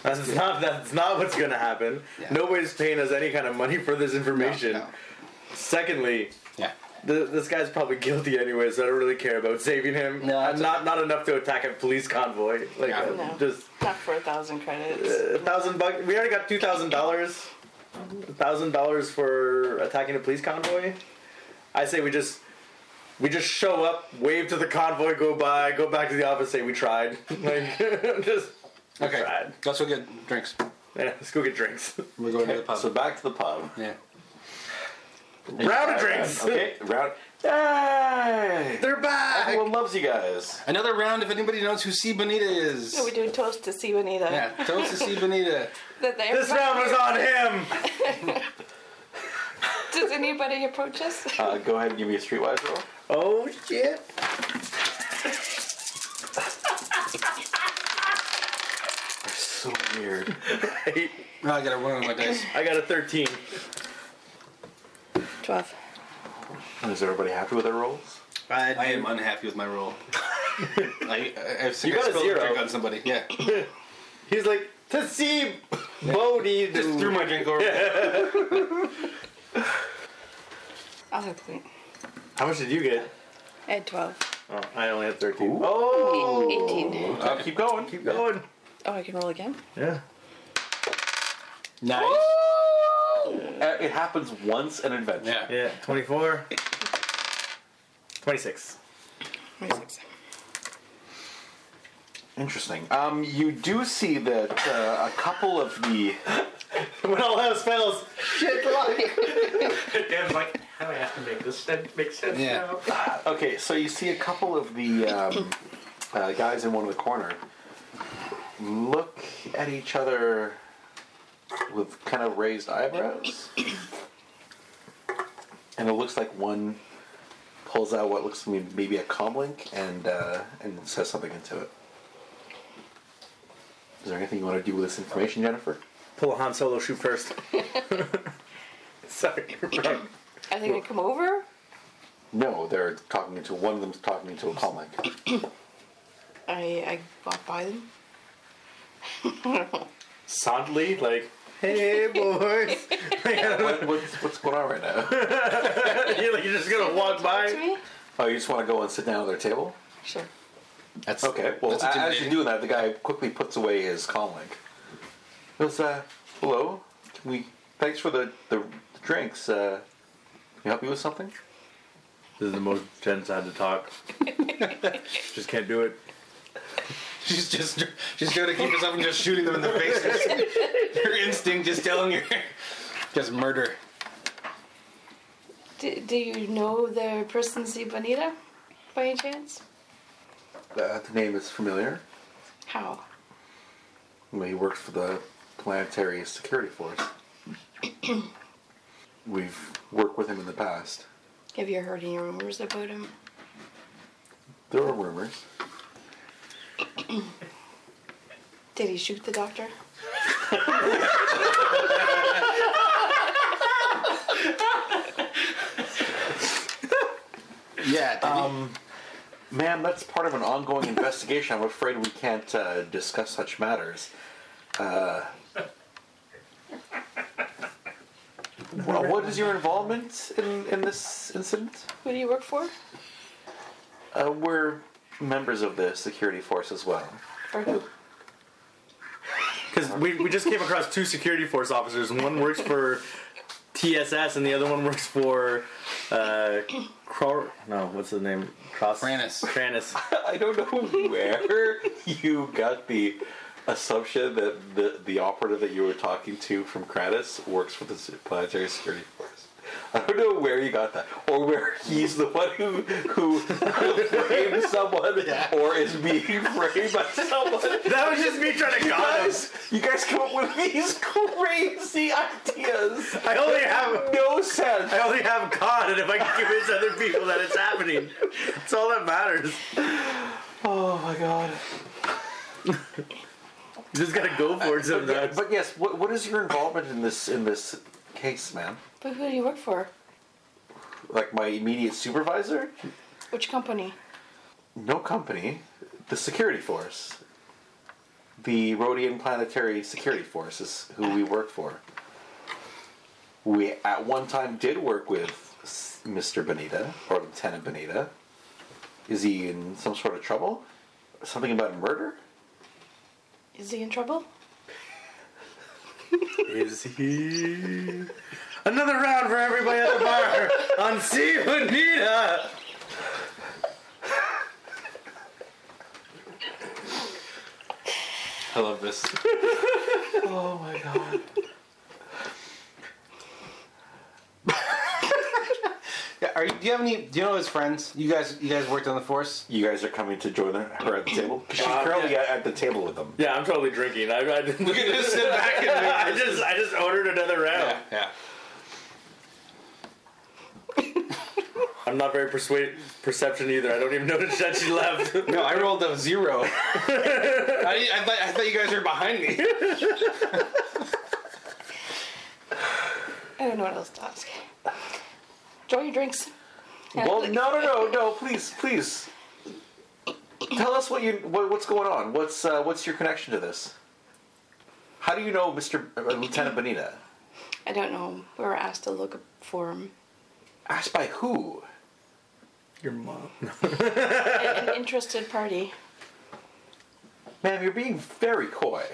Speaker 1: That's not that's not what's gonna happen.
Speaker 2: Yeah.
Speaker 1: Nobody's paying us any kind of money for this information.
Speaker 2: No, no.
Speaker 1: Secondly,
Speaker 2: Yeah.
Speaker 1: th- this guy's probably guilty anyway, so I don't really care about saving him.
Speaker 2: No,
Speaker 1: Uh,
Speaker 2: that's
Speaker 1: not not enough to attack a police convoy. Like
Speaker 2: Yeah.
Speaker 1: uh,
Speaker 4: No.
Speaker 1: just
Speaker 4: Not for a thousand credits.
Speaker 1: a thousand bucks. We already got two thousand dollars. Thousand dollars for attacking a police convoy. I say we just we just show up, wave to the convoy, go by, go back to the office, say we tried. like just
Speaker 2: Okay.
Speaker 1: Fried.
Speaker 2: That's what good drinks.
Speaker 1: yeah, let's go get drinks.
Speaker 2: We're going to the pub.
Speaker 3: So back to the pub.
Speaker 2: yeah.
Speaker 1: Round of drinks.
Speaker 3: Okay, round. Yay!
Speaker 1: They're back.
Speaker 3: Everyone loves you guys.
Speaker 2: Another round. If anybody knows who C Bonita is.
Speaker 4: So we do toast to see Bonita.
Speaker 2: yeah. Toast to C Bonita.
Speaker 4: That they-
Speaker 1: This round was on him.
Speaker 4: Does anybody approach us?
Speaker 3: Uh, go ahead and give me a streetwise roll.
Speaker 1: Oh shit.
Speaker 3: So weird.
Speaker 2: Oh, I got a one on my dice.
Speaker 1: I got a 13.
Speaker 4: Twelve.
Speaker 3: Is everybody happy with their rolls?
Speaker 2: I am unhappy with my roll. I, I, I think
Speaker 1: You
Speaker 2: I
Speaker 1: got a
Speaker 2: spilled
Speaker 1: zero.
Speaker 2: drink on somebody. Yeah.
Speaker 1: He's like, to see Bodhi.
Speaker 2: Just
Speaker 1: do."
Speaker 2: threw my drink over.
Speaker 4: I'll have a point.
Speaker 1: How much did you get?
Speaker 4: I had twelve.
Speaker 1: Oh, I only had 13.
Speaker 3: Ooh.
Speaker 1: Oh,
Speaker 4: Eighteen.
Speaker 3: Uh, keep going.
Speaker 1: keep going.
Speaker 4: Oh, I can roll again.
Speaker 1: Yeah.
Speaker 2: Nice.
Speaker 3: Uh, it happens once an adventure.
Speaker 2: Yeah.
Speaker 1: Yeah, 24. 26.
Speaker 4: Twenty-six.
Speaker 3: Interesting. Um, you do see that uh, a couple of the
Speaker 1: When all else fails, shit luck.
Speaker 5: Dan's like, how do I have to make this sen- make sense
Speaker 2: Yeah.
Speaker 5: now?
Speaker 3: okay, so you see a couple of the um, uh, guys in one of the corner look at each other with kind of raised eyebrows, and it looks like one pulls out what looks to me maybe a comlink and uh, and says something into it. Is there anything you want to do with this information, Jennifer?
Speaker 1: Pull a Han Solo shoe first. Sorry, wrong.
Speaker 4: I think I come over.
Speaker 3: No, they're talking into one of them's talking into a comlink.
Speaker 4: I I walk by them.
Speaker 1: Soundly, like, hey boys.
Speaker 3: What- what's, what's going on right now?
Speaker 1: you're, like, you're just gonna walk
Speaker 4: To
Speaker 1: by.
Speaker 4: me.
Speaker 3: Oh, you just want to go and sit down at their table?
Speaker 4: Sure.
Speaker 2: That's
Speaker 3: Okay. Well,
Speaker 2: That's
Speaker 3: a- as
Speaker 2: intimidating.
Speaker 3: you're doing that, the guy quickly puts away his comm link. Goes, uh, hello. Can we? Thanks for the the, drinks. Uh, can we help you with something?
Speaker 1: This is the most Jen's had to talk. just can't do it.
Speaker 2: She's just she's trying to keep herself from just shooting them in the face. her instinct just telling her just murder.
Speaker 4: Do, do you know the person C Bonita, by any chance?
Speaker 3: Uh, the name is familiar.
Speaker 4: How?
Speaker 3: Well, He works for the planetary security force. We've worked with him in the past.
Speaker 4: Have you heard any rumors about him?
Speaker 3: There are rumors.
Speaker 4: Did he shoot the doctor?
Speaker 2: Yeah.
Speaker 3: Um, ma'am, that's part of an ongoing investigation. I'm afraid we can't uh, discuss such matters. Uh, well, what is your involvement in, in this incident?
Speaker 4: Who do you work for?
Speaker 3: Uh, we're members of the security force as well.
Speaker 4: Or who?
Speaker 1: Because we, we just came across two security force officers. and One works for TSS, and the other one works for uh, Cro- No, what's the name? Cross
Speaker 2: Kranis.
Speaker 1: Kranis.
Speaker 3: I don't know where you got the assumption that the, the operative that you were talking to from Kratis works for the se- planetary security force. I don't know where you got that, or where he's the one who who framed someone, or is being framed by someone.
Speaker 1: That was just me trying to con him.
Speaker 3: Guys, You guys come up with these crazy ideas.
Speaker 1: I only have
Speaker 3: No sense.
Speaker 1: I only have God, and if I can convince other people that it's happening, it's all that matters.
Speaker 3: Oh my god.
Speaker 1: You just gotta go for it sometimes.
Speaker 3: But yes, what, what is your involvement in this in this case, man?
Speaker 4: But who do you work for?
Speaker 3: Like my immediate supervisor?
Speaker 4: Which company?
Speaker 3: No company. The security force. The Rhodian Planetary Security Force is who we work for. We at one time did work with S- Mr. Benita or Lieutenant Benita. Is he in some sort of trouble? Something about murder?
Speaker 4: Is he in trouble?
Speaker 1: Is he? Another round for everybody at the bar on See Bonita.
Speaker 2: I love this.
Speaker 3: Oh my god.
Speaker 2: Yeah, are you, do you have any? Do you know his friends? You guys, you guys worked on the force.
Speaker 3: You guys are coming to join her at the table? 'Cause she's currently at, at the table with them.
Speaker 1: Yeah, I'm totally drinking. I, I, didn't-
Speaker 2: You just sit back and
Speaker 1: I just I just ordered another round.
Speaker 2: yeah, yeah.
Speaker 1: I'm not very persuade perception either. I don't even notice that she left.
Speaker 2: No, I rolled a zero. I, I, thought, I thought you guys were behind me.
Speaker 4: I don't know what else to ask. Enjoy your drinks. And
Speaker 3: Well,
Speaker 4: look-
Speaker 3: no, no, no, no! Please, please, tell us what you what, what's going on. What's uh, what's your connection to this? How do you know Mr. uh, Lieutenant Bonita?
Speaker 4: I don't know. We were asked to look for him.
Speaker 3: Asked by who?
Speaker 1: Your mom.
Speaker 4: An an interested party.
Speaker 3: Ma'am, you're being very coy.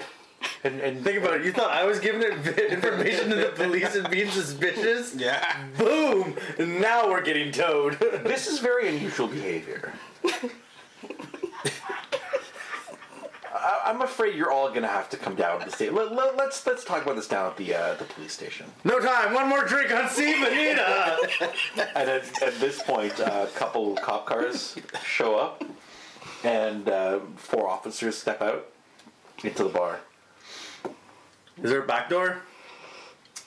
Speaker 3: And, and
Speaker 1: Think about it. You thought I was giving it information to the police and being suspicious?
Speaker 2: Yeah.
Speaker 1: Boom! Now we're getting towed.
Speaker 3: this is very unusual behavior. I, I'm afraid you're all gonna have to come down to the state. Let, let, let's let's talk about this down at the uh, the police station.
Speaker 1: no time. One more drink on See Bonita.
Speaker 3: And at, at this point, uh, a couple cop cars show up, and uh, four officers step out into the bar.
Speaker 1: Is there a back door?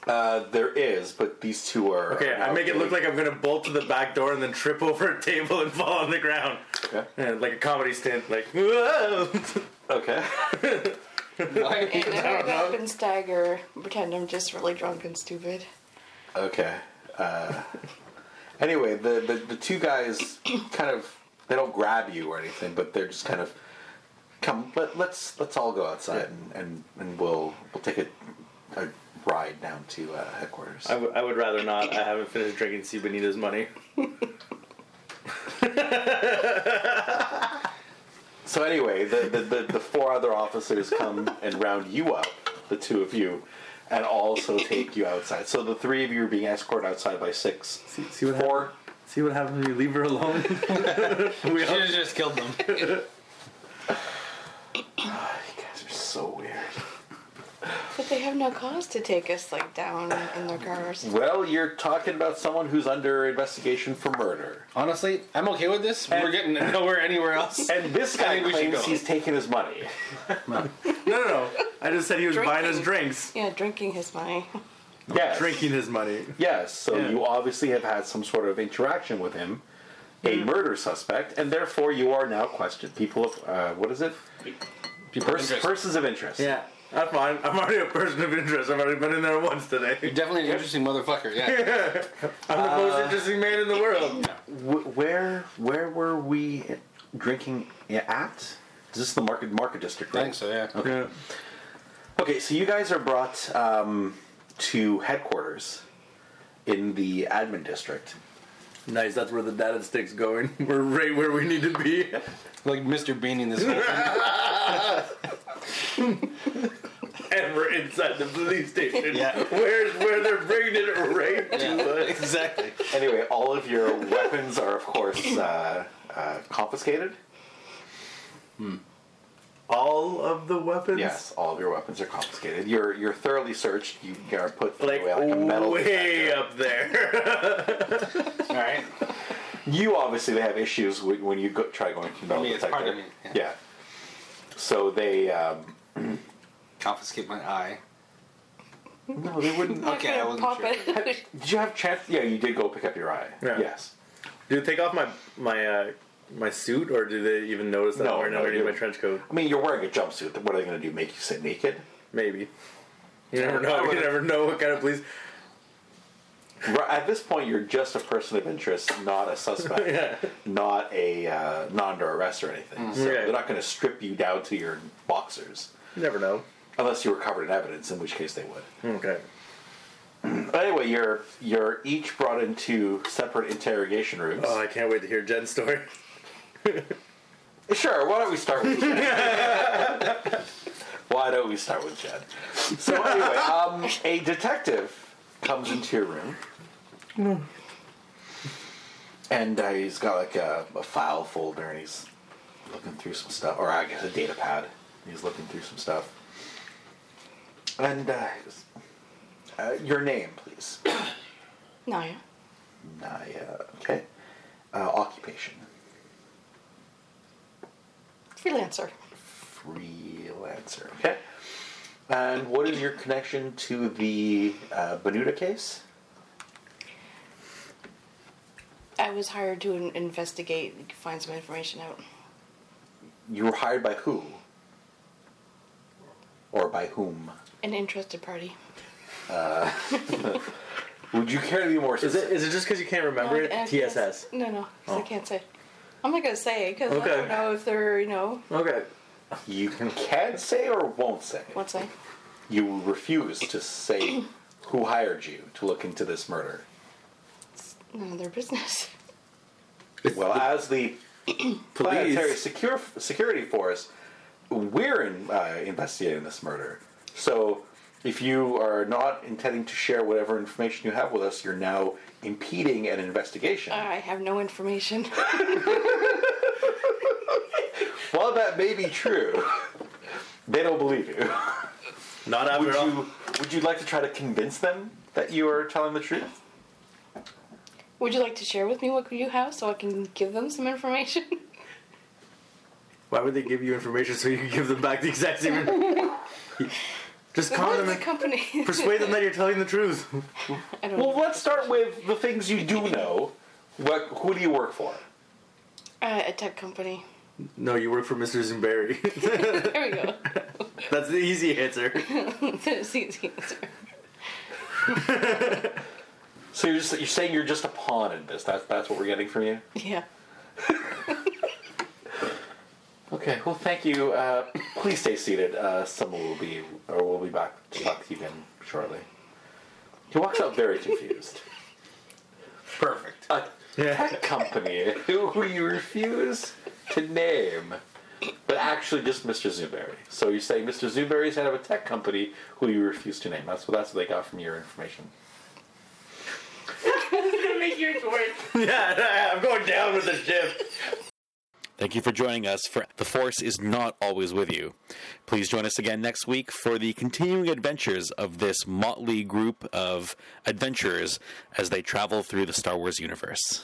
Speaker 3: Uh, there is, but these two are.
Speaker 1: Okay, I make it look like I'm gonna bolt to the back door and then trip over a table and fall on the ground.
Speaker 3: Okay.
Speaker 1: Yeah, like a comedy stint, like, whoa!
Speaker 3: okay.
Speaker 4: And I wake up and stagger, pretend I'm just really drunk and stupid.
Speaker 3: Okay. Uh, anyway, the, the the two guys kind of they don't grab you or anything, but they're just kind of come. Let, let's let's all go outside and, and, and we'll we'll take a, a ride down to uh, headquarters.
Speaker 1: I, w- I would rather not. I haven't finished drinking C. Benita's money.
Speaker 3: So anyway, the, the, the, the four other officers come and round you up, the two of you, and also take you outside. So the three of you are being escorted outside by six.
Speaker 1: See, see what happens?
Speaker 3: Four.
Speaker 1: See what happens when you leave her alone. we all,
Speaker 2: have just killed them.
Speaker 3: You guys are so weird.
Speaker 4: But they have no cause to take us like down in their cars.
Speaker 3: Well, you're talking about someone who's under investigation for murder.
Speaker 2: Honestly, I'm okay with this. We're getting nowhere anywhere else.
Speaker 3: And this guy
Speaker 2: think we should
Speaker 3: claims
Speaker 2: go.
Speaker 3: he's taking his money.
Speaker 1: no, no, no. I just said he was buying us drinks,
Speaker 4: Yeah, drinking his money.
Speaker 3: Yes.
Speaker 1: drinking his money.
Speaker 3: Yes. So
Speaker 1: Yeah.
Speaker 3: you obviously have had some sort of interaction with him, a
Speaker 2: Mm-hmm.
Speaker 3: murder suspect, and therefore you are now questioned. People of, uh, what is it?
Speaker 2: People
Speaker 3: Pers- persons of interest.
Speaker 1: Yeah, I'm fine. I'm already a person of interest. I've already been in there once today.
Speaker 2: You're definitely an interesting motherfucker. Yeah.
Speaker 1: I'm the most interesting man in the world.
Speaker 3: Wh- where where were we drinking at? Is this the market market district?
Speaker 2: I
Speaker 3: Right?
Speaker 2: think so. Yeah.
Speaker 1: Yeah.
Speaker 3: Okay, so you guys are brought um, to headquarters in the admin district.
Speaker 1: Nice. That's where the data stick's going. We're right where we need to be.
Speaker 2: Like Mr. Bean in this whole thing.
Speaker 1: and we're inside the police station.
Speaker 2: Yeah.
Speaker 1: Where's where they're bringing it right to us.
Speaker 2: exactly.
Speaker 3: Anyway, all of your weapons are, of course, uh, uh, confiscated.
Speaker 1: All of the weapons.
Speaker 3: Yes, all of your weapons are confiscated. You're you're thoroughly searched. You are put
Speaker 1: Like,
Speaker 3: away like a metal.
Speaker 1: way up there.
Speaker 2: All right.
Speaker 3: You obviously have issues when, when you go, try going to metal
Speaker 2: me, it's
Speaker 3: detector.
Speaker 2: part of me,
Speaker 3: Yeah.
Speaker 2: yeah.
Speaker 3: So they, um,
Speaker 2: confiscate my eye.
Speaker 3: No, they wouldn't.
Speaker 4: I'm
Speaker 2: Okay, I
Speaker 4: gonna
Speaker 2: wasn't
Speaker 4: pop
Speaker 2: sure.
Speaker 4: it.
Speaker 3: Did you have chance? Yeah, you did go pick up your eye.
Speaker 1: Yeah.
Speaker 3: Yes.
Speaker 1: Do they take off my my uh, my suit, or do they even notice that
Speaker 3: No,
Speaker 1: I'm wearing
Speaker 3: no,
Speaker 1: underneath
Speaker 3: you-
Speaker 1: my trench coat?
Speaker 3: I mean, you're wearing a jumpsuit. What are they going to do? Make you sit naked?
Speaker 1: Maybe. You never
Speaker 2: I
Speaker 1: know. You
Speaker 2: would've-
Speaker 1: never know what kind of police.
Speaker 3: Right- At this point, you're just a person of interest, not a suspect,
Speaker 1: Yeah.
Speaker 3: not a uh, not under arrest or anything. So
Speaker 1: Yeah.
Speaker 3: they're not going to strip you down to your boxers
Speaker 1: You never know. Hmm,
Speaker 3: unless you were covered in evidence, in which case they would.
Speaker 1: Okay.
Speaker 3: But anyway, you're you're each brought into separate interrogation rooms.
Speaker 1: Oh, I can't wait to hear Jen's story.
Speaker 3: Sure, why don't we start with Jed? why don't we start with Jed? So anyway, um, a detective comes into your room. And uh, he's got like a, a file folder and he's looking through some stuff, or I guess a data pad. He's looking through some stuff. And uh, he goes, uh, your name, please.
Speaker 4: no, yeah.
Speaker 3: Naya. Okay. Uh, occupation.
Speaker 4: Freelancer.
Speaker 3: freelancer. Okay. And what is your connection to the uh, Benuta case?
Speaker 4: I was hired to in- investigate, find some information out.
Speaker 3: You were hired by who? Or by whom?
Speaker 4: An interested party.
Speaker 3: Would you care to be more
Speaker 1: Is
Speaker 3: specific?
Speaker 1: it is it just because you can't remember
Speaker 4: Like, I
Speaker 1: it?
Speaker 4: can't-
Speaker 1: TSS.
Speaker 4: No, no, 'cause
Speaker 2: Oh.
Speaker 4: I can't say. I'm not gonna say because
Speaker 1: Okay.
Speaker 4: I don't know if they're, you know,
Speaker 1: Okay.
Speaker 3: You can can say or won't say.
Speaker 4: what's I.
Speaker 3: You refuse to say who hired you to look into this murder.
Speaker 4: None of their business.
Speaker 3: Well, as the planetary
Speaker 1: Police.
Speaker 3: secure, security force, we're in, uh, investigating this murder. So, if you are not intending to share whatever information you have with us, you're now impeding an investigation.
Speaker 4: I have no information.
Speaker 3: While that may be true, they don't believe you.
Speaker 1: Not after
Speaker 3: Would
Speaker 1: all.
Speaker 3: you would you like to try to convince them that you are telling the truth?
Speaker 4: Would you like to share with me what you have so I can give them some information?
Speaker 1: Why would they give you information so you can give them back the exact same? just con them
Speaker 4: What's the
Speaker 1: and
Speaker 4: company?
Speaker 1: persuade them that you're telling the truth.
Speaker 4: I don't
Speaker 3: Well,
Speaker 4: know.
Speaker 3: let's start with the things you do know. What who do you work for?
Speaker 4: Uh, a tech company.
Speaker 1: No, you work for Mr. Zimberry.
Speaker 4: There we go.
Speaker 1: That's the easy answer.
Speaker 4: That's the easy answer.
Speaker 3: So you're, just, you're saying you're just a pawn in this. That's that's what we're getting from you.
Speaker 4: Yeah.
Speaker 3: Okay. Well, thank you. Uh, please stay seated. Uh, someone will be or we'll be back to talk to you again shortly. He walks out very confused.
Speaker 2: Perfect.
Speaker 3: A
Speaker 1: Yeah.
Speaker 3: tech company who you refuse to name, but actually just Mr. Zuberry. So you say Mr. Zuberry is head of a tech company who you refuse to name. That's what that's what they got from your information.
Speaker 1: yeah, I'm going down with this ship.
Speaker 6: Thank you for joining us for The Force is Not Always With You. Please join us again next week for the continuing adventures of this motley group of adventurers as they travel through the Star Wars universe.